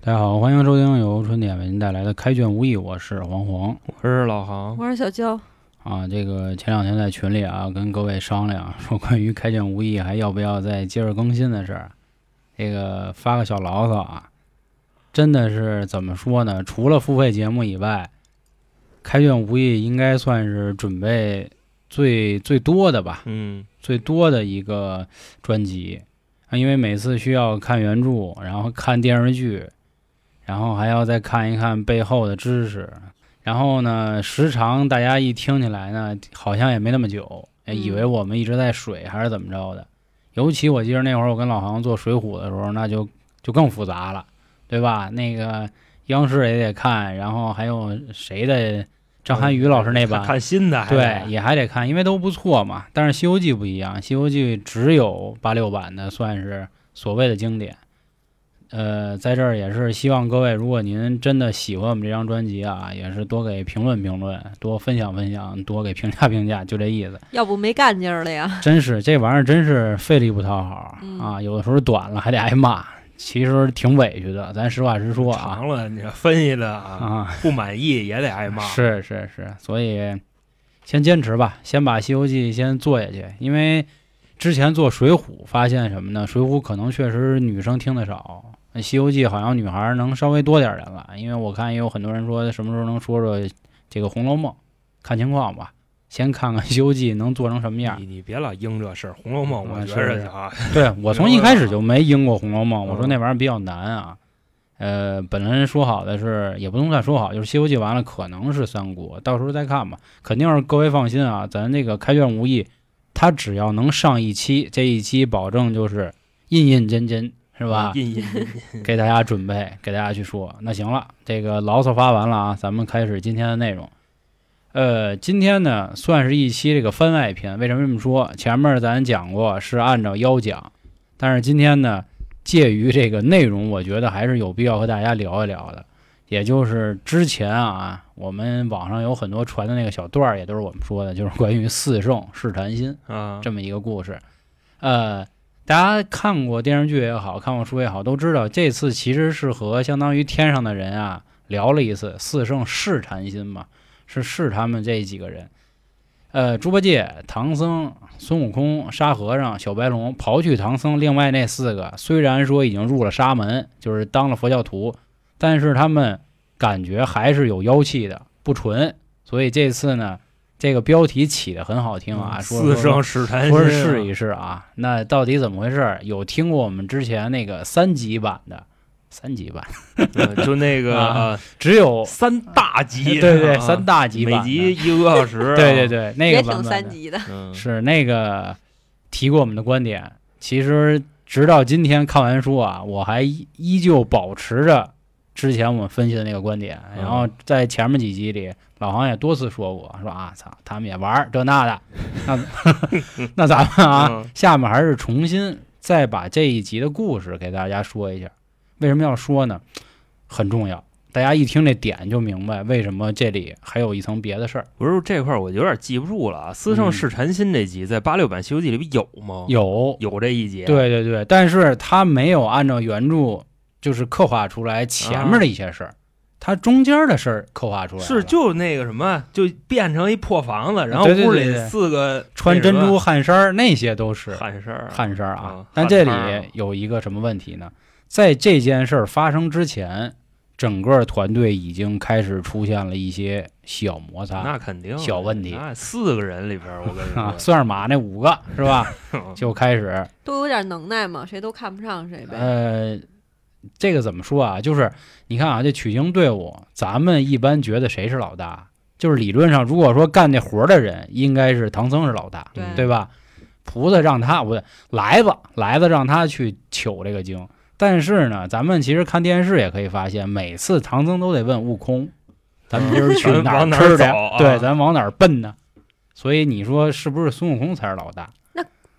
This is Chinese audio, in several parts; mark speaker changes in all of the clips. Speaker 1: 大家好，欢迎收听由春点为您带来的《开卷无益》，我是黄黄
Speaker 2: 我是老
Speaker 1: 嗯
Speaker 2: 航，
Speaker 3: 我是小娇，
Speaker 1: 啊。这个前两天在群里啊，跟各位商量说，关于《开卷无益》还要不要再接着更新的事儿，这个发个小牢骚啊，真的是怎么说呢？除了付费节目以外，《开卷无益》应该算是准备最最多的吧，
Speaker 2: 嗯，
Speaker 1: 最多的一个专辑，啊因为每次需要看原著，然后看电视剧，然后还要再看一看背后的知识，然后呢，时长大家一听起来呢，好像也没那么久，哎
Speaker 3: 嗯
Speaker 1: 以为我们一直在水还是怎么着的。尤其我记得那会儿我跟老航做《水浒》的时候，那就就更复杂了，对吧？那个央视也得看，然后还有谁的
Speaker 2: 哦
Speaker 1: 张涵予老师那版
Speaker 2: 看新的还是，
Speaker 1: 对，也还得看，因为都不错嘛。但是《西游记》不一样，《西游记》只有八六版的算是所谓的经典。呃，在这儿也是希望各位，如果您真的喜欢我们这张专辑啊，也是多给评论评论，多分享分享，多给评价评价，就这意思。
Speaker 3: 要不没干劲儿了呀。
Speaker 1: 真是这玩意儿，真是费力不讨好、
Speaker 3: 嗯
Speaker 1: 啊！有的时候短了还得挨骂，其实挺委屈的。咱实话实说啊
Speaker 2: 长了，你这分析的啊，
Speaker 1: 啊，
Speaker 2: 不满意也得挨骂，
Speaker 1: 是是是，所以先坚持吧，先把《西游记》先做下去。因为之前做《水浒》，发现什么呢？《水浒》可能确实女生听的少，那《西游记》好像女孩儿能稍微多点儿人了。因为我看也有很多人说，什么时候能说说这个《红楼梦》，看情况吧。先看看《西游记》能做成什么样儿
Speaker 2: 你。你别老应这事儿，《红楼梦》我
Speaker 1: 嗯
Speaker 2: 觉
Speaker 1: 是是
Speaker 2: 着啊，
Speaker 1: 对我从一开始就没应过《红楼梦》，
Speaker 2: 嗯
Speaker 1: 我说那玩意儿比较难啊。呃，本来说好的是，也不能算说好，就是《西游记》完了可能是三国，到时候再看吧。肯定是各位放心啊，咱这个开卷无益，它只要能上一期，这一期保证就是印印真真，是
Speaker 2: 是
Speaker 1: 吧？
Speaker 2: 印印 印，
Speaker 1: 给大家准备，给大家去说。那行了，这个牢骚发完了啊，咱们开始今天的内容。呃，今天呢算是一期这个番外篇。为什么这么说？前面咱讲过是按照邀讲，但是今天呢，介于这个内容，我觉得还是有必要和大家聊一聊的。也就是之前啊，我们网上有很多传的那个小段儿，也都是我们说的，就是关于四圣试禅心。
Speaker 2: 啊，
Speaker 1: 这么一个故事。呃，大家看过电视剧也好看过书也好，都知道这次其实是和相当于天上的人啊聊了一次四圣试禅心嘛，是试他们这几个人。呃，猪八戒、唐僧、孙悟空、沙和尚、小白龙，刨去唐僧，另外那四个虽然说已经入了沙门，就是当了佛教徒，但是他们感觉还是有妖气的，不纯。所以这次呢，这个标题起得很好听啊，
Speaker 2: 嗯
Speaker 1: 说说
Speaker 2: 四圣试禅
Speaker 1: 说
Speaker 2: 心
Speaker 1: 是试一试啊，那到底怎么回事儿？有听过我们之前那个三级版的，三级版
Speaker 2: 嗯 就那个
Speaker 1: 啊
Speaker 2: 呃
Speaker 1: 只有
Speaker 2: 三大集，
Speaker 1: 对对
Speaker 2: 啊
Speaker 1: 三大级版
Speaker 2: 每
Speaker 1: 的，
Speaker 2: 集一个多小时
Speaker 1: ，
Speaker 2: 啊
Speaker 1: 对对，对，那
Speaker 3: 也
Speaker 1: 个版
Speaker 3: 挺
Speaker 1: 本
Speaker 3: 三
Speaker 1: 的
Speaker 3: 级的，
Speaker 2: 嗯，
Speaker 1: 是那个提过我们的观点。其实直到今天看完书啊，我还依依旧保持着之前我们分析的那个观点。
Speaker 2: 嗯
Speaker 1: 然后在前面几集里，老黄也多次说过，说啊操，他们也玩儿这 那的，那 那咱们啊，
Speaker 2: 嗯
Speaker 1: 下面还是重新再把这一集的故事给大家说一下。为什么要说呢？很重要，大家一听这点就明白为什么这里还有一层别的事儿。
Speaker 2: 不是这块儿我有点记不住了啊，《四圣
Speaker 1: 嗯
Speaker 2: 试禅心》这集在八六版《西游记》里边有吗？
Speaker 1: 有，
Speaker 2: 有这一集，，啊
Speaker 1: 对对对，但是他没有按照原著就是刻画出来前面的一些事儿，他中间的事儿刻画出来了
Speaker 2: 啊是就那个什么，就变成一破房子，然后
Speaker 1: 对对
Speaker 2: 屋
Speaker 1: 对
Speaker 2: 里
Speaker 1: 对
Speaker 2: 四个
Speaker 1: 穿
Speaker 2: 那什
Speaker 1: 珍
Speaker 2: 么
Speaker 1: 珠汗衫儿那些都是
Speaker 2: 汗事儿，
Speaker 1: 汗衫儿啊
Speaker 2: 啊。
Speaker 1: 但这
Speaker 2: 汗衫儿
Speaker 1: 里
Speaker 2: 啊
Speaker 1: 有一个什么问题呢？在这件事儿发生之前，整个团队已经开始出现了一些小摩擦
Speaker 2: 那肯定
Speaker 1: 小问题
Speaker 2: 那四个人里边儿，我跟你
Speaker 1: 啊，
Speaker 2: 说，
Speaker 1: 算是马那五个是 吧？就开始
Speaker 3: 都有点能耐嘛，谁都看不上谁呗。
Speaker 1: 呃，这个怎么说啊？就是你看啊，这取经队伍，咱们一般觉得谁是老大？就是理论上，如果说干这活儿的人，应该是唐僧是老大，
Speaker 3: 对
Speaker 1: 对吧？菩萨让他不对，来吧，来吧，让他去取这个经。但是呢，咱们其实看电视也可以发现，每次唐僧都得问悟空：“咱们今儿去
Speaker 2: 咱
Speaker 1: 哪儿
Speaker 2: 往哪
Speaker 1: 吃
Speaker 2: 儿
Speaker 1: 的？
Speaker 2: 走啊
Speaker 1: 对，咱往哪儿奔呢？”所以你说是不是孙悟空才是老大？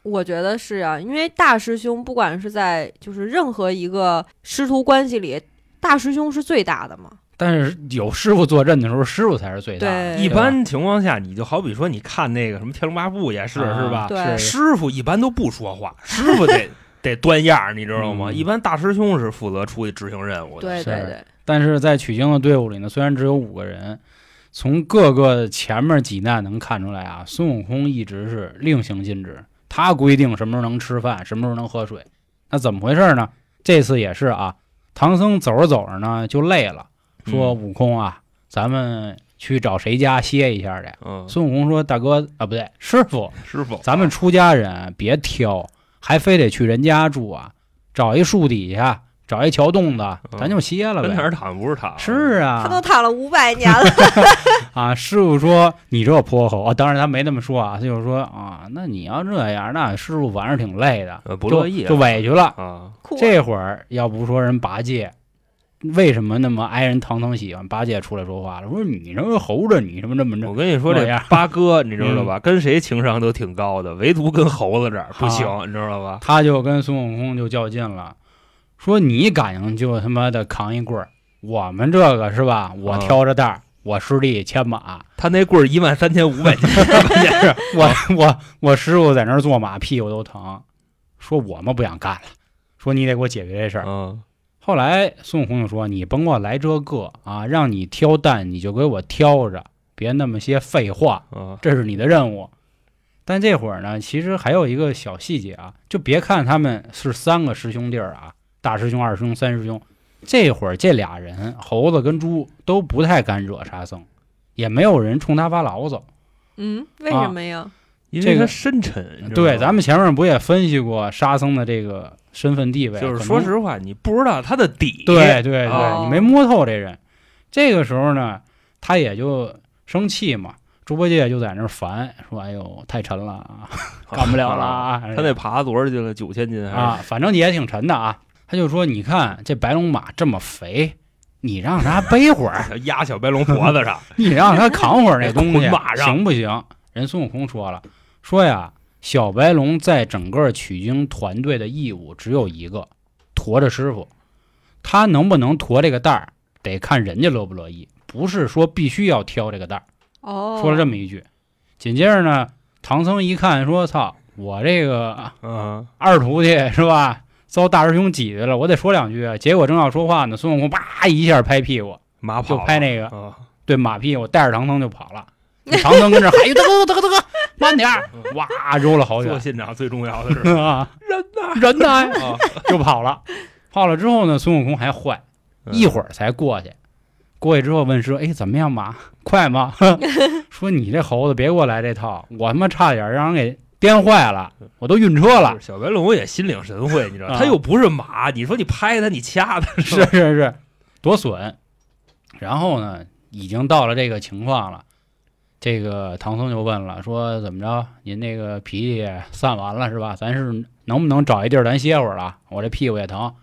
Speaker 3: 我觉得是啊，因为大师兄不管是在就是任何一个师徒关系里，大师兄是最大的嘛。
Speaker 1: 但是有师傅坐镇的时候，师傅才是最大的。
Speaker 3: 对
Speaker 2: 一
Speaker 1: 对吧
Speaker 2: 般情况下，你就好比说，你看那个什么《天龙八部》也是，
Speaker 1: 啊
Speaker 2: 是吧？
Speaker 3: 对
Speaker 1: 是
Speaker 2: 师傅一般都不说话，师傅得得端样儿，你知道吗？
Speaker 1: 嗯
Speaker 2: 一般大师兄是负责出去执行任务的，
Speaker 3: 对
Speaker 1: 是
Speaker 3: 对对，
Speaker 1: 但是在取经的队伍里呢，虽然只有五个人，从各个前面几难能看出来啊，孙悟空一直是令行禁止，他规定什么时候能吃饭，什么时候能喝水。那怎么回事呢？这次也是啊，唐僧走着走着呢就累了，说
Speaker 2: 嗯
Speaker 1: 悟空啊，咱们去找谁家歇一下去。
Speaker 2: 嗯，
Speaker 1: 孙悟空说：“大哥啊，不对，师傅，
Speaker 2: 师傅，
Speaker 1: 咱们出家人别挑，还非得去人家住啊，找一树底下，找一桥洞子，咱就歇了
Speaker 2: 嗯跟哪
Speaker 1: 呗。
Speaker 2: 儿躺不是躺，
Speaker 1: 是
Speaker 3: 他都
Speaker 1: 啊，
Speaker 3: 躺了五百 年了，
Speaker 1: 啊，师傅说你这泼猴啊，当然他没那么说啊，他就说啊，那你要这样，那师傅晚上挺累的，
Speaker 2: 呃不乐意啊
Speaker 1: 就就委屈了。
Speaker 2: 啊，
Speaker 3: 哭
Speaker 1: 这会儿要不说人八戒，为什么那么挨人唐僧喜欢？八戒出来说话了，说你这个猴子，你什么这么着嗯
Speaker 2: 我？跟你说，这
Speaker 1: 那样
Speaker 2: 八哥你知道吧？跟谁情商都挺高的，唯独跟猴子这儿不行，
Speaker 1: 啊
Speaker 2: 你知道吧？
Speaker 1: 他就跟孙悟空就较劲了，说你敢硬就他妈的扛一棍儿，我们这个是吧？我
Speaker 2: 嗯
Speaker 1: 挑着担儿，我师弟牵马，
Speaker 2: 他那棍儿一万三千五百斤，
Speaker 1: 是我我我师傅在那儿坐马，屁股都疼。说我们不想干了，说你得给我解决这事儿。
Speaker 2: 嗯，
Speaker 1: 后来孙悟空就说：“你甭给我来这个啊，让你挑担你就给我挑着，别那么些废话。”
Speaker 2: 嗯
Speaker 1: 这是你的任务。但这会儿呢，其实还有一个小细节啊，就别看他们是三个师兄弟儿啊，大师兄、二师兄、三师兄，这会儿这俩人猴子跟猪都不太敢惹沙僧，也没有人冲他发牢骚。
Speaker 3: 嗯，为
Speaker 1: 啊
Speaker 3: 什么呀？
Speaker 2: 因
Speaker 1: 这
Speaker 2: 为
Speaker 1: 个
Speaker 2: 他深沉，你知道吗
Speaker 1: 对，咱们前面不也分析过沙僧的这个身份地位？啊
Speaker 2: 就
Speaker 1: 可
Speaker 2: 是
Speaker 1: 能
Speaker 2: 说实话，你不知道他的底，
Speaker 1: 对对对，
Speaker 2: 哦
Speaker 1: 你没摸透这人。这个时候呢，他也就生气嘛。猪八戒就在那儿烦，说：“哎呦，太沉了啊， 干不了了
Speaker 2: 啊。
Speaker 1: 啊！”
Speaker 2: 他那耙子多少斤了？九千斤还
Speaker 1: 啊，反正也挺沉的啊。他就说：“你看这白龙马这么肥，你让它背会 儿，
Speaker 2: 是压小白龙脖 子上？
Speaker 1: 你让它扛会儿那东西
Speaker 2: 捆 马，上
Speaker 1: 行不行？”人孙悟空说了：“说呀，小白龙在整个取经团队的义务只有一个，驮着师傅。他能不能驮这个担儿，得看人家乐不乐意，不是说必须要挑这个担儿。”
Speaker 3: 哦，
Speaker 1: 说了这么一句。紧接着呢，唐僧一看说：“操，我这个
Speaker 2: 嗯，
Speaker 1: 二徒弟是吧？遭大师兄挤兑了，我得说两句啊。结果正要说话呢，孙悟空叭一下拍屁股，
Speaker 2: 马跑
Speaker 1: 就
Speaker 2: 了
Speaker 1: 拍那个
Speaker 2: 啊
Speaker 1: 对马屁股，带着唐僧就跑了。唐僧跟这儿喊：“哎呦，大哥，大哥，大哥，慢点儿！”哇，揉了好
Speaker 2: 做
Speaker 1: 远
Speaker 2: 现场最重要 的是
Speaker 1: 啊，人呢？人呢？
Speaker 2: 啊，
Speaker 1: 就跑了。跑了之后呢，孙悟空还坏， 一会儿才过去。过去之后问师傅：“哎，怎么样马？快吗？”说：“你这猴子别给我来这套，我他妈差点让人给颠坏了，我都晕车了。”
Speaker 2: 嗯就是小白龙也心领神会，你知道，
Speaker 1: 啊
Speaker 2: 他又不是马，你说你拍他，你掐 他，
Speaker 1: 是是是，多损。然后呢，已经到了这个情况了，这个唐僧就问了，说怎么着？您那个脾气散完了是吧？咱是能不能找一地儿咱歇会儿了？我这屁股也疼。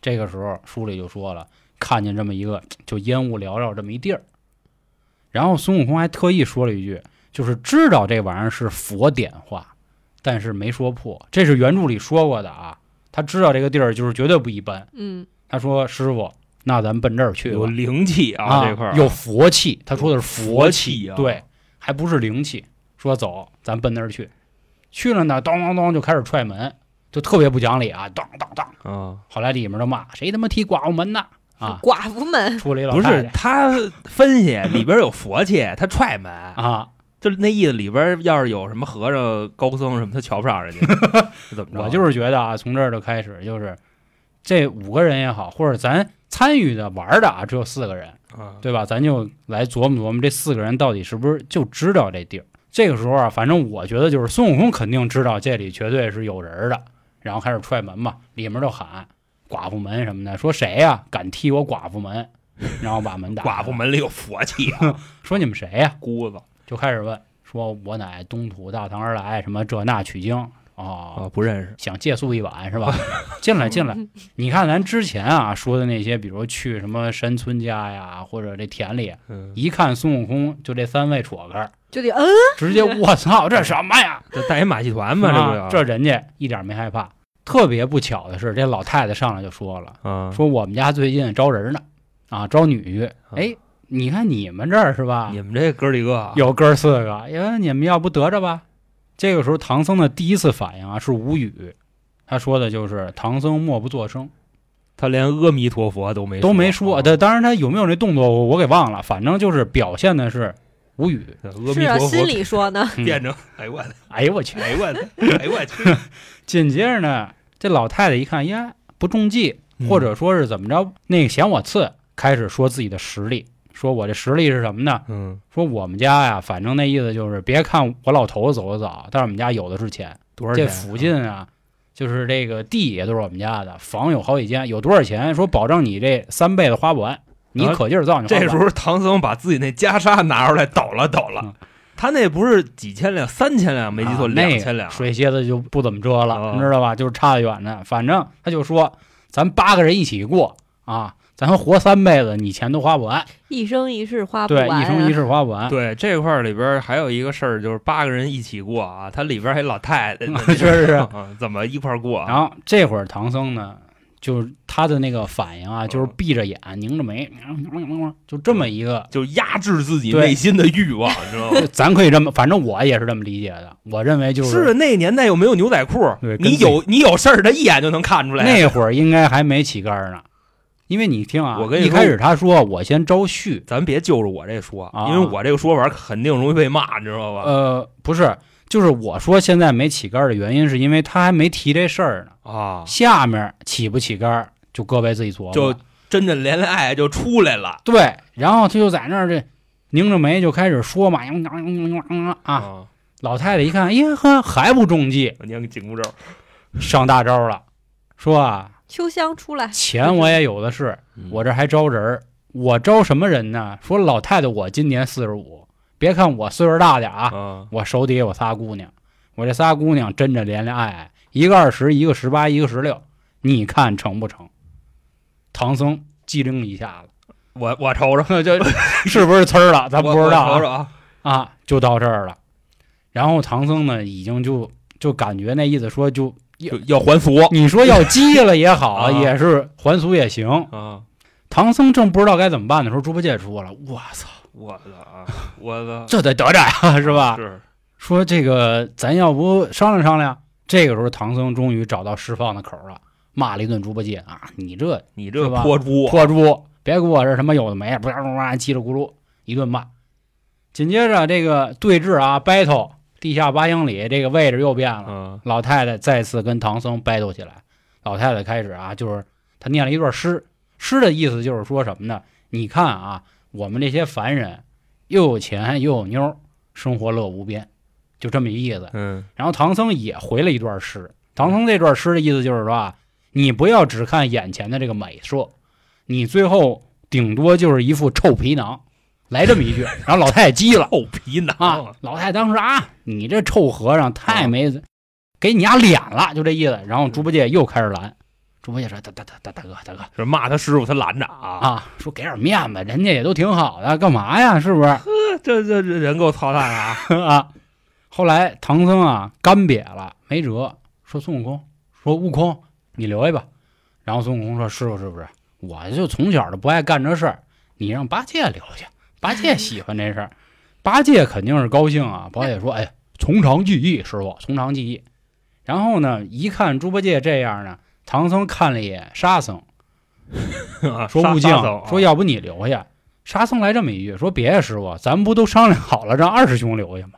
Speaker 1: 这个时候书里就说了，看见这么一个就烟雾缭绕这么一地儿，然后孙悟空还特意说了一句，就是知道这玩意儿是佛点化，但是没说破，这是原著里说过的啊。他知道这个地儿就是绝对不一般，
Speaker 3: 嗯，
Speaker 1: 他说：“师傅，那咱奔这儿去吧
Speaker 2: 有灵气
Speaker 1: 啊，
Speaker 2: 这块儿
Speaker 1: 有佛气。”他说的是佛
Speaker 2: 佛气啊
Speaker 1: 对，还不是灵气。说走，咱奔那儿去。去了呢，当当当就开始踹门，就特别不讲理啊！当当当，
Speaker 2: 啊，
Speaker 1: 后来里面就骂：“谁他妈踢寡妇门呐？”啊，
Speaker 3: 寡妇们
Speaker 1: 出来一老
Speaker 2: 不
Speaker 1: 太
Speaker 2: 是
Speaker 1: 太
Speaker 2: 他分析里边有佛 气，他踹门，
Speaker 1: 啊，
Speaker 2: 就那意思里边要是有什么和尚、高僧什么，他瞧不上人 家，是怎么着？
Speaker 1: 我就是觉得啊，从这儿就开始，就是这五个人也好，或者咱参与的玩儿的啊，只有四个人，
Speaker 2: 啊，
Speaker 1: 对吧？咱就来琢磨琢磨，这四个人到底是不是就知道这地儿？这个时候啊，反正我觉得就是孙悟空肯定知道这里绝对是有人儿的，然后开始踹门嘛，里面就喊寡妇门什么的，说谁呀、敢踢我寡妇门，然后把门打。
Speaker 2: 寡妇门里有佛气啊，
Speaker 1: 说你们谁呀、
Speaker 2: 姑子
Speaker 1: 就开始问，说我乃东土大唐而来，什么这那取经哦，
Speaker 2: 啊，不认识，
Speaker 1: 想借宿一晚是吧？ 进来进来，你看咱之前啊说的那些，比如去什么山村家呀，或者这田里，
Speaker 2: 嗯，
Speaker 1: 一看孙悟空就这三位戳根儿，
Speaker 3: 就得嗯，
Speaker 1: 直接我操，这什么呀？
Speaker 2: 这带一马戏团嘛，这不
Speaker 1: 啊
Speaker 2: 就，
Speaker 1: 这人家一点没害怕。特别不巧的是，这老太太上来就说了，
Speaker 2: 啊，
Speaker 1: 说我们家最近招人呢，啊，招女婿。哎，你看你们这儿是吧？
Speaker 2: 嗯你们这哥几个啊
Speaker 1: 有哥儿四哎个，因为你们要不得着吧？这个时候，唐僧的第一次反应啊是无语，他说的就是唐僧默不作声，
Speaker 2: 他连阿弥陀佛都没
Speaker 1: 都没说。
Speaker 2: 啊
Speaker 1: 但当然他有没有那动作我我给忘了，反正就是表现的是无语。
Speaker 2: 阿弥
Speaker 3: 是啊，
Speaker 2: 陀
Speaker 3: 心
Speaker 2: 佛
Speaker 3: 里说呢，
Speaker 1: 嗯
Speaker 2: 变成哎呦我的
Speaker 1: 哎呦我去！
Speaker 2: 哎呦我的哎呦我 去，
Speaker 1: 紧接着呢，这老太太一看呀不中计，
Speaker 2: 嗯
Speaker 1: 或者说是怎么着，那个嫌我次，开始说自己的实力，说我这实力是什么呢？
Speaker 2: 嗯
Speaker 1: 说我们家呀，反正那意思就是，别看我老头子走的早，但是我们家有的是钱。
Speaker 2: 多少
Speaker 1: 这
Speaker 2: 钱啊
Speaker 1: 附近啊，就是这个地也都是我们家的，房有好几间，有多少钱？说保证你这三辈子花不完，你
Speaker 2: 啊
Speaker 1: 可劲儿造，你花
Speaker 2: 这
Speaker 1: 不
Speaker 2: 时
Speaker 1: 完
Speaker 2: 候唐僧把自己那袈裟拿出来抖了抖了
Speaker 1: 嗯，
Speaker 2: 他那不是几千两，三千两没记错，
Speaker 1: 啊那
Speaker 2: 两千两。
Speaker 1: 水蝎子就不怎么遮了，
Speaker 2: 哦
Speaker 1: 你知道吧？就是差得远的。反正他就说，咱八个人一起过啊，咱活三辈子，你钱都花不完，
Speaker 3: 一生一世花不
Speaker 1: 对，
Speaker 3: 完、啊
Speaker 1: 一生一世花不完。
Speaker 2: 对这块儿里边儿还有一个事儿，就是八个人一起过啊，它里边儿还老太太 呢，
Speaker 1: 是是是
Speaker 2: 啊怎么一块儿过啊？
Speaker 1: 然后这会儿唐僧呢，就是他的那个反应啊，
Speaker 2: 嗯
Speaker 1: 就是闭着眼拧着眉，就这么一个。
Speaker 2: 就压制自己
Speaker 1: 对
Speaker 2: 内心的欲望，你知道吗？
Speaker 1: 咱可以这么，反正我也是这么理解的。我认 为就是
Speaker 2: 啊那年代又没有牛仔裤
Speaker 1: 对，跟
Speaker 2: 你有你有事儿，他一眼就能看出来。
Speaker 1: 那会儿应该还没起杆儿呢，因为你听啊，
Speaker 2: 我跟你
Speaker 1: 一
Speaker 2: 说
Speaker 1: 开始他说我先招婿，
Speaker 2: 咱别就着我这说
Speaker 1: 啊，
Speaker 2: 因为我这个说法肯定容易被骂，你知道吧？
Speaker 1: 呃，不是，就是我说现在没起杆儿的原因，是因为他还没提这事儿呢。
Speaker 2: 啊，
Speaker 1: 下面起不起杆儿，就各位自己琢磨。
Speaker 2: 就真的连爱就出来了
Speaker 1: 对，然后他就在那儿这拧着眉就开始说嘛，嗯嗯嗯嗯啊！！老太太一看，耶呵，还不中计，
Speaker 2: 你看紧箍咒，
Speaker 1: 上大招了，说啊，
Speaker 3: 秋香出来，
Speaker 1: 钱我也有的是，我
Speaker 2: 这
Speaker 1: 这还招人儿，我招什么人呢？说老太太，我今年四十五，别看我岁数大点儿啊，
Speaker 2: 啊，
Speaker 1: 我手底下有仨姑娘，我这仨姑娘真着连连爱爱，一个二十，一个十八，一个十六，你看成不成？唐僧机灵一下
Speaker 2: 我我瞅瞅，
Speaker 1: 子，就是不是呲儿了，咱不
Speaker 2: 我
Speaker 1: 知道
Speaker 2: 我瞅
Speaker 1: 啊
Speaker 2: 瞅啊，
Speaker 1: 啊，就到这儿了。然后唐僧呢，已经就就感觉那意思说就，
Speaker 2: 就要还俗
Speaker 1: 你说要激了也好，
Speaker 2: 啊
Speaker 1: 也是还俗也行。
Speaker 2: 啊！
Speaker 1: 唐僧正不知道该怎么办的时候，猪八戒出来了，我操，
Speaker 2: 我的啊，我的
Speaker 1: 这得得着呀，是吧？
Speaker 2: 是
Speaker 1: 说这个咱要不商量商量？这个时候，唐僧终于找到释放的口了，骂了一顿猪八戒啊，你这
Speaker 2: 你这
Speaker 1: 是吧
Speaker 2: 泼猪，啊
Speaker 1: 泼猪，别给我这什么有的没的，不啦不啦叽里咕噜一顿骂。紧接着这个对峙啊，battle，地下八英里这个位置又变了，
Speaker 2: 嗯
Speaker 1: 老太太再次跟唐僧 battle 起来。老太太开始啊，就是她念了一段诗，诗的意思就是说什么呢？你看啊，我们这些凡人又有钱又有妞儿，生活乐无边，就这么一意思。
Speaker 2: 嗯，
Speaker 1: 然后唐僧也回了一段诗，唐僧这段诗的意思就是说啊，你不要只看眼前的这个美色，你最后顶多就是一副臭皮囊，来这么一句。然后老太太急了。
Speaker 2: 臭皮囊
Speaker 1: 啊，老太太当时啊，你这臭和尚太没，给你家脸了，就这意思。然后猪八戒又开始拦，猪八戒说：“大大大大大哥，大哥
Speaker 2: 是骂他师傅，他拦着啊，
Speaker 1: 啊，说给点面子，人家也都挺好的，干嘛呀？是不是
Speaker 2: 这这这人够操蛋啊！
Speaker 1: 啊？”后来唐僧啊干瘪了，没辙，说孙悟空，说悟空，你留下吧。然后孙悟空说：“师傅，是不是？我就从小就不爱干这事儿，你让八戒留下，八戒喜欢这事儿，八戒肯定是高兴啊。”八戒说：“哎，从长计议，师傅，从长计议。”然后呢，一看猪八戒这样呢，唐僧看了一眼沙僧， 说
Speaker 2: 杀
Speaker 1: 悟净
Speaker 2: 杀手啊，
Speaker 1: 说要不你留下。沙僧来这么一句，说别呀，师傅，咱们不都商量好了让二师兄留下吗？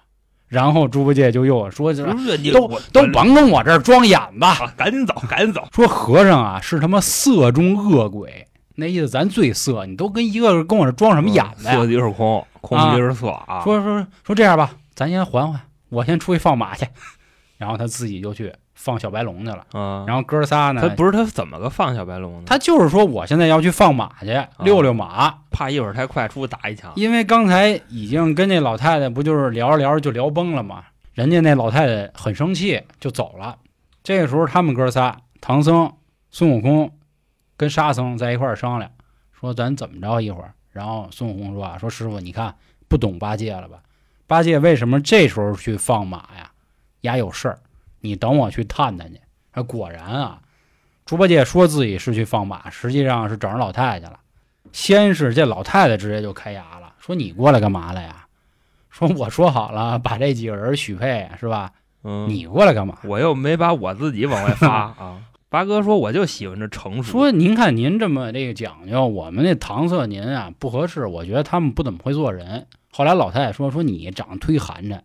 Speaker 1: 然后猪八戒就又说，
Speaker 2: 不是你
Speaker 1: 都
Speaker 2: 我
Speaker 1: 都甭跟我这儿装眼吧，
Speaker 2: 啊，赶紧走，赶紧走。
Speaker 1: 说和尚啊是他妈色中恶鬼，那意思咱最色，你都跟一个个跟我这装什么眼子呀？
Speaker 2: 嗯色即是空，空即是色啊！
Speaker 1: 说说说这样吧，咱先缓缓，我先出去放马去， 然后他自己就去放小白龙去了。
Speaker 2: 啊，
Speaker 1: 然后哥仨
Speaker 2: 他
Speaker 1: 呢，
Speaker 2: 不是他怎么个放小白龙呢？
Speaker 1: 他就是说我现在要去放马去，
Speaker 2: 嗯
Speaker 1: 遛遛马，
Speaker 2: 怕一会儿太快出去打一枪。
Speaker 1: 因为刚才已经跟那老太太不就是聊着聊着就聊崩了吗？人家那老太太很生气就走了。这个时候他们哥仨，唐僧、孙悟空跟沙僧在一块儿商量，说咱怎么着一会儿。然后孙悟空说啊，说师傅你看不懂八戒了吧？八戒为什么这时候去放马呀？丫有事儿，你等我去探探去。啊，果然啊，猪八戒说自己是去放马，实际上是找人老太太去了。先是这老太太直接就开牙了，说你过来干嘛来呀？说我说好了，把这几个人许配是吧？
Speaker 2: 嗯，
Speaker 1: 你过来干嘛？
Speaker 2: 我又没把我自己往外发 啊。八哥说我就喜欢这成熟，
Speaker 1: 说您看您这么这个讲究，我们那搪塞您啊不合适，我觉得他们不怎么会做人。后来老太太说说你长得忒寒碜，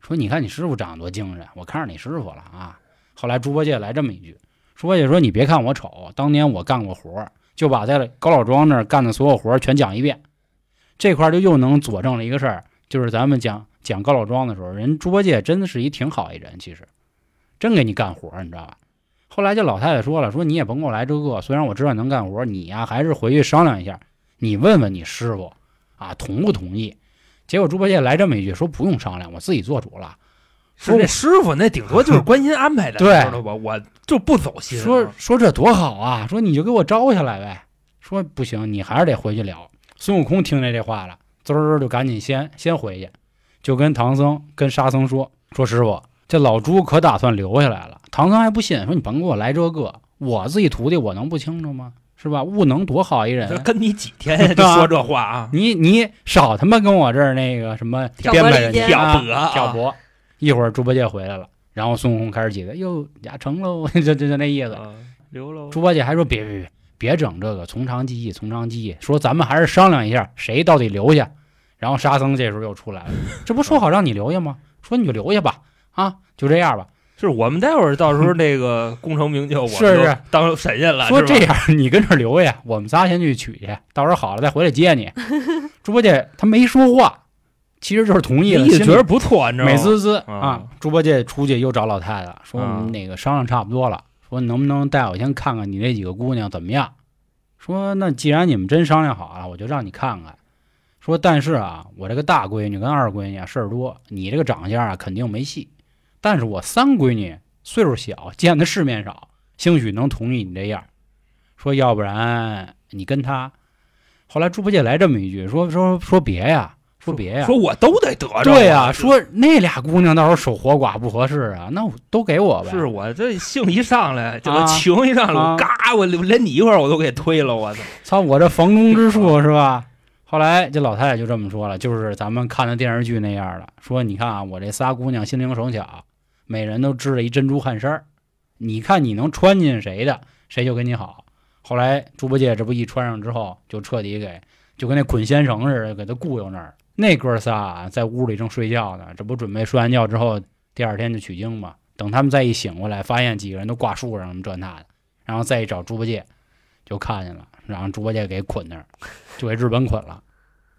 Speaker 1: 说你看你师傅长得多精神，我看上你师傅了啊。后来猪八戒来这么一句，猪八戒说你别看我丑，当年我干过活儿，就把在高老庄那儿干的所有活儿全讲一遍。这块儿就又能佐证了一个事儿，就是咱们讲讲高老庄的时候，人猪八戒真的是一挺好一人，其实真给你干活儿，你知道吧？后来这老太太说了，说你也甭给我来这个，虽然我知道你能干活，你呀、还是回去商量一下，你问问你师傅啊同不同意。结果猪八戒来这么一句，说不用商量，我自己做主了。
Speaker 2: 是那师傅那顶多就是关心安排的，
Speaker 1: 对
Speaker 2: 你知道吧？我就不走心啊。
Speaker 1: 说说这多好啊！说你就给我招下来呗。说不行，你还是得回去聊。孙悟空听见这话了，滋儿就赶紧先先回去，就跟唐僧跟沙僧说说师傅，这老猪可打算留下来了。唐僧还不信，说你甭给我来这个，我自己徒弟我能不清楚吗？是吧？悟能多好一
Speaker 2: 这
Speaker 1: 人，，
Speaker 2: 跟你几天呀就说这话啊
Speaker 1: 你你少他妈跟我这儿那个什么
Speaker 3: 挑
Speaker 1: 编
Speaker 3: 拨
Speaker 1: 排
Speaker 3: 离
Speaker 1: 人家
Speaker 3: 间
Speaker 1: 啊
Speaker 2: 挑拨啊
Speaker 1: 挑拨。一会儿猪八戒回来了，然后孙悟空开始急的，哟，俩成喽， 就就就那意思。
Speaker 2: 啊留喽。
Speaker 1: 猪八戒还说别别别别整这个，从长计议，从长计议。说咱们还是商量一下，谁到底留下。然后沙僧这时候又出来了，这不说好让你留下吗？说你就留下吧，啊，就这样吧。
Speaker 2: 是我们待会儿到时候那个功成名就，我
Speaker 1: 是
Speaker 2: 就是当神仙了，
Speaker 1: 说
Speaker 2: 是吧
Speaker 1: 这样，你跟这儿留下，我们仨先去取去，到时候好了再回来接你。猪八戒他没说话，其实就是同意了，
Speaker 2: 意思
Speaker 1: 心里
Speaker 2: 觉得不错，你知道吗？
Speaker 1: 美滋滋
Speaker 2: 啊
Speaker 1: 啊！猪八戒出去又找老太太说：“
Speaker 2: 啊
Speaker 1: 我们那个商量差不多了，说能不能带我先看看你那几个姑娘怎么样？”说：“那既然你们真商量好了，我就让你看看。”说：“但是啊，我这个大闺女跟二闺女啊事儿多，你这个长相啊肯定没戏。但是我三闺女岁数小，见的世面少，兴许能同意你这样儿。说要不然你跟她。”后来猪八戒来这么一句：“说说说别呀，说别呀，
Speaker 2: 说我都得得着。啊
Speaker 1: 对呀、
Speaker 2: 我
Speaker 1: 说那俩姑娘到时候守活寡不合适啊，那我都给我呗。
Speaker 2: 是我这性一上来，这
Speaker 1: 啊
Speaker 2: 个情一上来，
Speaker 1: 啊
Speaker 2: 我嘎，我连你一块儿我都给推了，我操！
Speaker 1: 操，我这房中之术是吧？后来这老太太就这么说了，就是咱们看的电视剧那样的，说你看啊，我这仨姑娘心灵手巧，每人都织了一珍珠汗衫儿，你看你能穿进谁的，谁就跟你好。后来猪八戒这不一穿上之后，就彻底给就跟那捆仙绳似的，给他固悠那儿。那哥仨啊，在屋里正睡觉呢，这不准备睡完觉之后，第二天就取经嘛。等他们再一醒过来，发现几个人都挂树上，什么这那的，然后再一找猪八戒，就看见了，然后猪八戒给捆那儿， 就给日本捆了。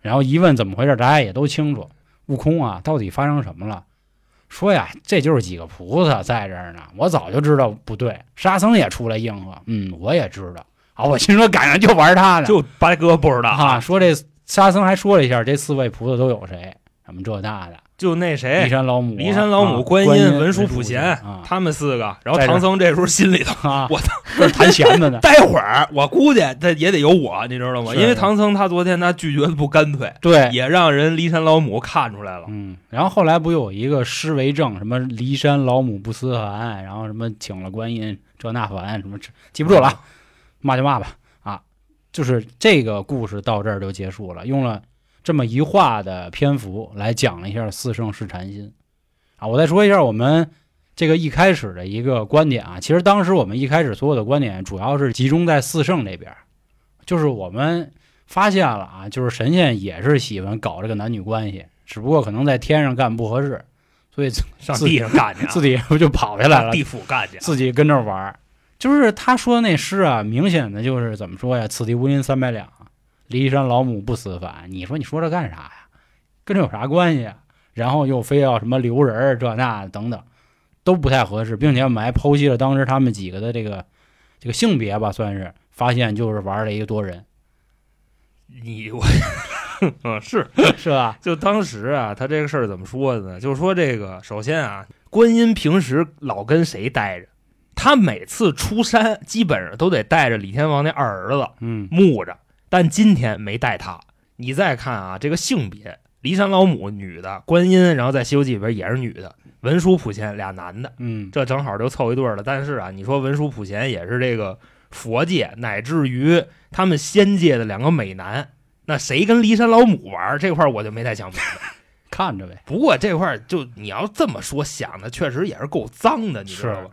Speaker 1: 然后一问怎么回事，大家也都清楚。悟空啊，到底发生什么了？说呀，这就是几个菩萨在这儿呢。我早就知道不对，沙僧也出来应和，嗯，我也知道啊。我心说赶上就玩他呢，
Speaker 2: 就八哥不知道
Speaker 1: 啊，，说这沙僧还说了一下，这四位菩萨都有谁？什么这那的，
Speaker 2: 就那
Speaker 1: 骊
Speaker 2: 谁，
Speaker 1: 山老母、
Speaker 2: 骊山哎老母、
Speaker 1: 啊
Speaker 2: 观
Speaker 1: 观
Speaker 2: 音、文
Speaker 1: 文
Speaker 2: 殊、
Speaker 1: 殊、
Speaker 2: 普贤
Speaker 1: 贤 啊，
Speaker 2: 他们四个，然后
Speaker 1: 在这儿
Speaker 2: 唐僧这时候 心里头，
Speaker 1: 啊，
Speaker 2: 我。
Speaker 1: 操，这是弹弦子呢
Speaker 2: 待会儿我估计他也得有我，你知道吗？
Speaker 1: 是
Speaker 2: 因为唐僧他昨天他拒绝的不干脆，
Speaker 1: 对，
Speaker 2: 也让人骊山老母看出来了。
Speaker 1: 嗯，然后后来不又有一个师为证，什么骊山老母不思凡，然后什么请了观音这那凡，什么这记不住了，啊，骂就骂吧啊，就是这个故事到这儿就结束了，用了这么一话的篇幅来讲了一下四圣试禅心啊，我再说一下我们这个一开始的一个观点啊，其实当时我们一开始所有的观点主要是集中在四圣这边儿，就是我们发现了啊，就是神仙也是喜欢搞这个男女关系，只不过可能在天上干不合适，所以自
Speaker 2: 上地上干去啊，
Speaker 1: 自己不就跑下来
Speaker 2: 上
Speaker 1: 了，
Speaker 2: 地府干去啊，
Speaker 1: 自己跟这儿玩儿。就是他说那诗啊，明显的就是怎么说呀？此地无银三百两，骊山老母不思凡。你说你说这干啥呀？跟这有啥关系啊？然后又非要什么留人儿这那等等，都不太合适，并且我们还剖析了当时他们几个的这个这个性别吧，算是发现就是玩了一个多 人，
Speaker 2: 你我， 嗯是，
Speaker 1: 是 吧？
Speaker 2: 就当时啊，他这个事儿怎么说的呢？就是说这个，首先啊，观音平时老跟谁待着？他每次出山，基本上都得带着李天王那二儿子
Speaker 1: 嗯，
Speaker 2: 木着，但今天没带他。你再看啊，这个性别，骊山老母女的，观音，然后在《西游记》里边也是女的，文殊普贤俩男的，
Speaker 1: 嗯，
Speaker 2: 这正好就凑一对儿了。但是啊，你说文殊普贤也是这个佛界乃至于他们仙界的两个美男，那谁跟骊山老母玩儿这块儿我就没太想明白。
Speaker 1: 看着呗。
Speaker 2: 不过这块儿就你要这么说，想的确实也是够脏的，你知道吧？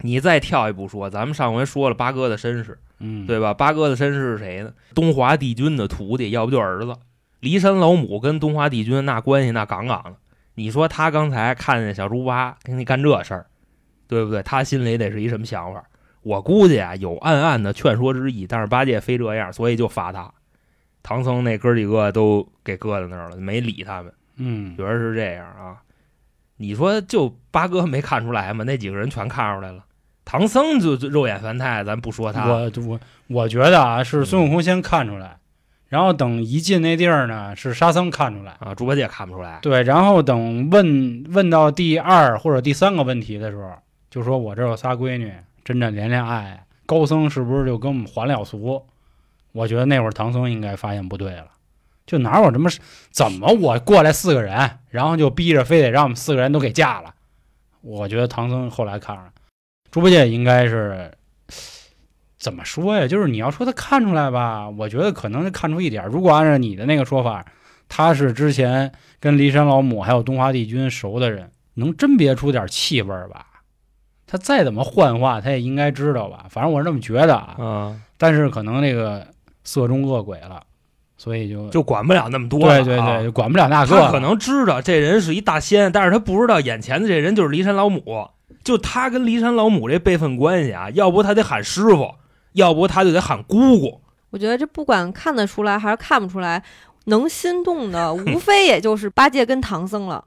Speaker 2: 你再跳一步说，咱们上回说了八哥的身世，
Speaker 1: 嗯，
Speaker 2: 对吧？八哥的身世是谁呢？东华帝君的徒弟，要不就儿子。骊山老母跟东华帝君那关系那杠杠的。你说他刚才看见小猪八给你干这事儿，对不对？他心里得是一什么想法？我估计啊，有暗暗的劝说之意，但是八戒非这样，所以就罚他。唐僧那哥几个都给搁在那儿了，没理他们。
Speaker 1: 嗯
Speaker 2: 觉得是这样啊。你说就八哥没看出来吗？那几个人全看出来了。唐僧就就肉眼凡胎，咱不说他，
Speaker 1: 我我我觉得啊，是孙悟空先看出来，然后等一进那地儿呢，是沙僧看出来，
Speaker 2: 啊，猪八戒看不出来。
Speaker 1: 对，然后等问问到第二或者第三个问题的时候，就说我这儿有仨闺女，真的连连爱，高僧是不是就跟我们还了俗？我觉得那会儿唐僧应该发现不对了，就哪有这么怎么我过来四个人，然后就逼着非得让我们四个人都给嫁了？我觉得唐僧后来看着猪八戒应该是怎么说呀？就是你要说他看出来吧，我觉得可能是看出一点儿。如果按照你的那个说法，他是之前跟骊山老母还有东华帝君熟的人，能甄别出点气味儿吧？他再怎么幻化，他也应该知道吧？反正我是这么觉得啊。
Speaker 2: 啊，
Speaker 1: 但是可能这个色中恶鬼了，所以就
Speaker 2: 啊就管不了那么多了啊。
Speaker 1: 对对对，就管不了那个
Speaker 2: 他
Speaker 1: 了。
Speaker 2: 可能知道这人是一大仙，但是他不知道眼前的这人就是骊山老母。就他跟骊山老母这辈分关系啊，要不他得喊师傅，要不他就得喊姑姑。
Speaker 3: 我觉得这不管看得出来还是看不出来，能心 动的无非也就是八戒跟唐僧了，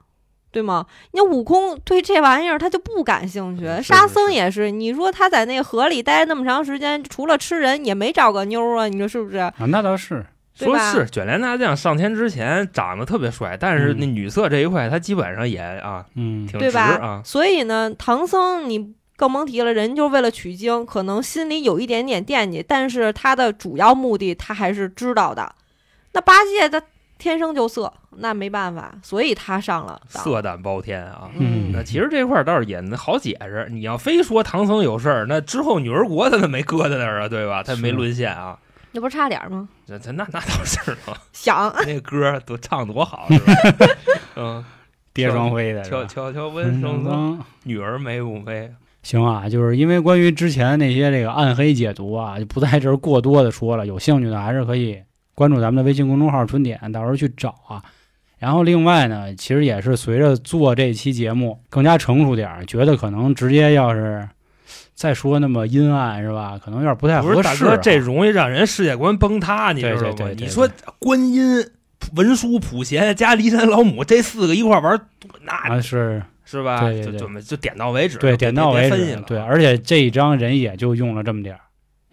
Speaker 3: 对吗？你悟空对这玩意儿他就不感兴趣，
Speaker 2: 嗯是
Speaker 3: 沙
Speaker 2: 是
Speaker 3: 僧
Speaker 2: 是
Speaker 3: 也是。你说他在那河里待那么长时间，除了吃人也没找个妞儿啊，你说是不是？
Speaker 1: 啊，那倒是，
Speaker 3: 对
Speaker 2: 说
Speaker 3: 吧
Speaker 2: 是卷帘大将上天之前长得特别帅，但是那
Speaker 1: 嗯
Speaker 2: 女色这一块他基本上也啊
Speaker 1: 嗯，
Speaker 2: 挺
Speaker 3: 对
Speaker 2: 直
Speaker 3: 吧
Speaker 2: 啊。
Speaker 3: 所以呢，唐僧你更甭提了，人就是为了取经，可能心里有一点点惦记，但是他的主要目的他还是知道的。那八戒他天生就色，那没办法，所以他上了当。
Speaker 2: 色胆包天啊。
Speaker 1: 嗯
Speaker 2: 那其实这块儿倒是也好解释，你要非说唐僧有事儿，那之后女儿国他那没搁在那儿啊，对吧？他没
Speaker 1: 是
Speaker 2: 沦陷啊，
Speaker 3: 那不是差点儿吗？
Speaker 2: 这他那那倒是了，
Speaker 3: 想
Speaker 2: 那歌儿都唱多好，是吧？ 嗯，
Speaker 1: 跌双飞的是
Speaker 2: 悄
Speaker 1: 吧？
Speaker 2: 悄悄
Speaker 1: 嗯
Speaker 2: 问圣僧，
Speaker 1: 僧
Speaker 2: 女儿美不美？
Speaker 1: 行啊，就是因为关于之前那些这个暗黑解读啊，就不在这儿过多的说了。有兴趣的还是可以关注咱们的微信公众号“春点”，到时候去找啊。然后另外呢，其实也是随着做这期节目更加成熟点儿，觉得可能直接要是再说那么阴暗是吧，可能有点不太
Speaker 2: 不是
Speaker 1: 合
Speaker 2: 大
Speaker 1: 适、
Speaker 2: 哥，
Speaker 1: 啊。
Speaker 2: 这容易让人世界观崩塌，你知道
Speaker 1: 对对
Speaker 2: 吗
Speaker 1: 对？对
Speaker 2: 你说观音、文殊、普贤加骊山老母这四个一块儿玩儿，那
Speaker 1: 啊是
Speaker 2: 是吧？
Speaker 1: 对对
Speaker 2: 就
Speaker 1: 对
Speaker 2: 就就点到为止，
Speaker 1: 对
Speaker 2: 别
Speaker 1: 点到
Speaker 2: 别
Speaker 1: 为
Speaker 2: 分析
Speaker 1: 止
Speaker 2: 了，啊
Speaker 1: 对，啊而且这一章人也就用了这么点儿，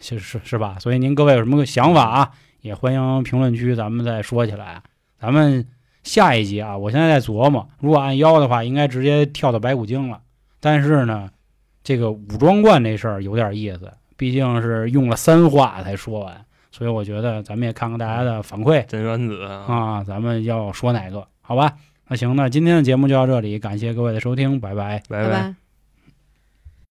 Speaker 1: 是是是吧？所以您各位有什么个想法啊，也欢迎评论区咱们再说起来啊。咱们下一集啊，我现在在琢磨，如果按腰的话，应该直接跳到白骨精了。但是呢，这个武装观这事儿有点意思，毕竟是用了三话才说完，所以我觉得咱们也看看大家的反馈
Speaker 2: 真元子啊
Speaker 1: 啊，咱们要说哪个，好吧？那行，那今天的节目就到这里，感谢各位的收听，拜拜。
Speaker 2: 拜
Speaker 3: 拜
Speaker 2: 拜。
Speaker 3: 拜。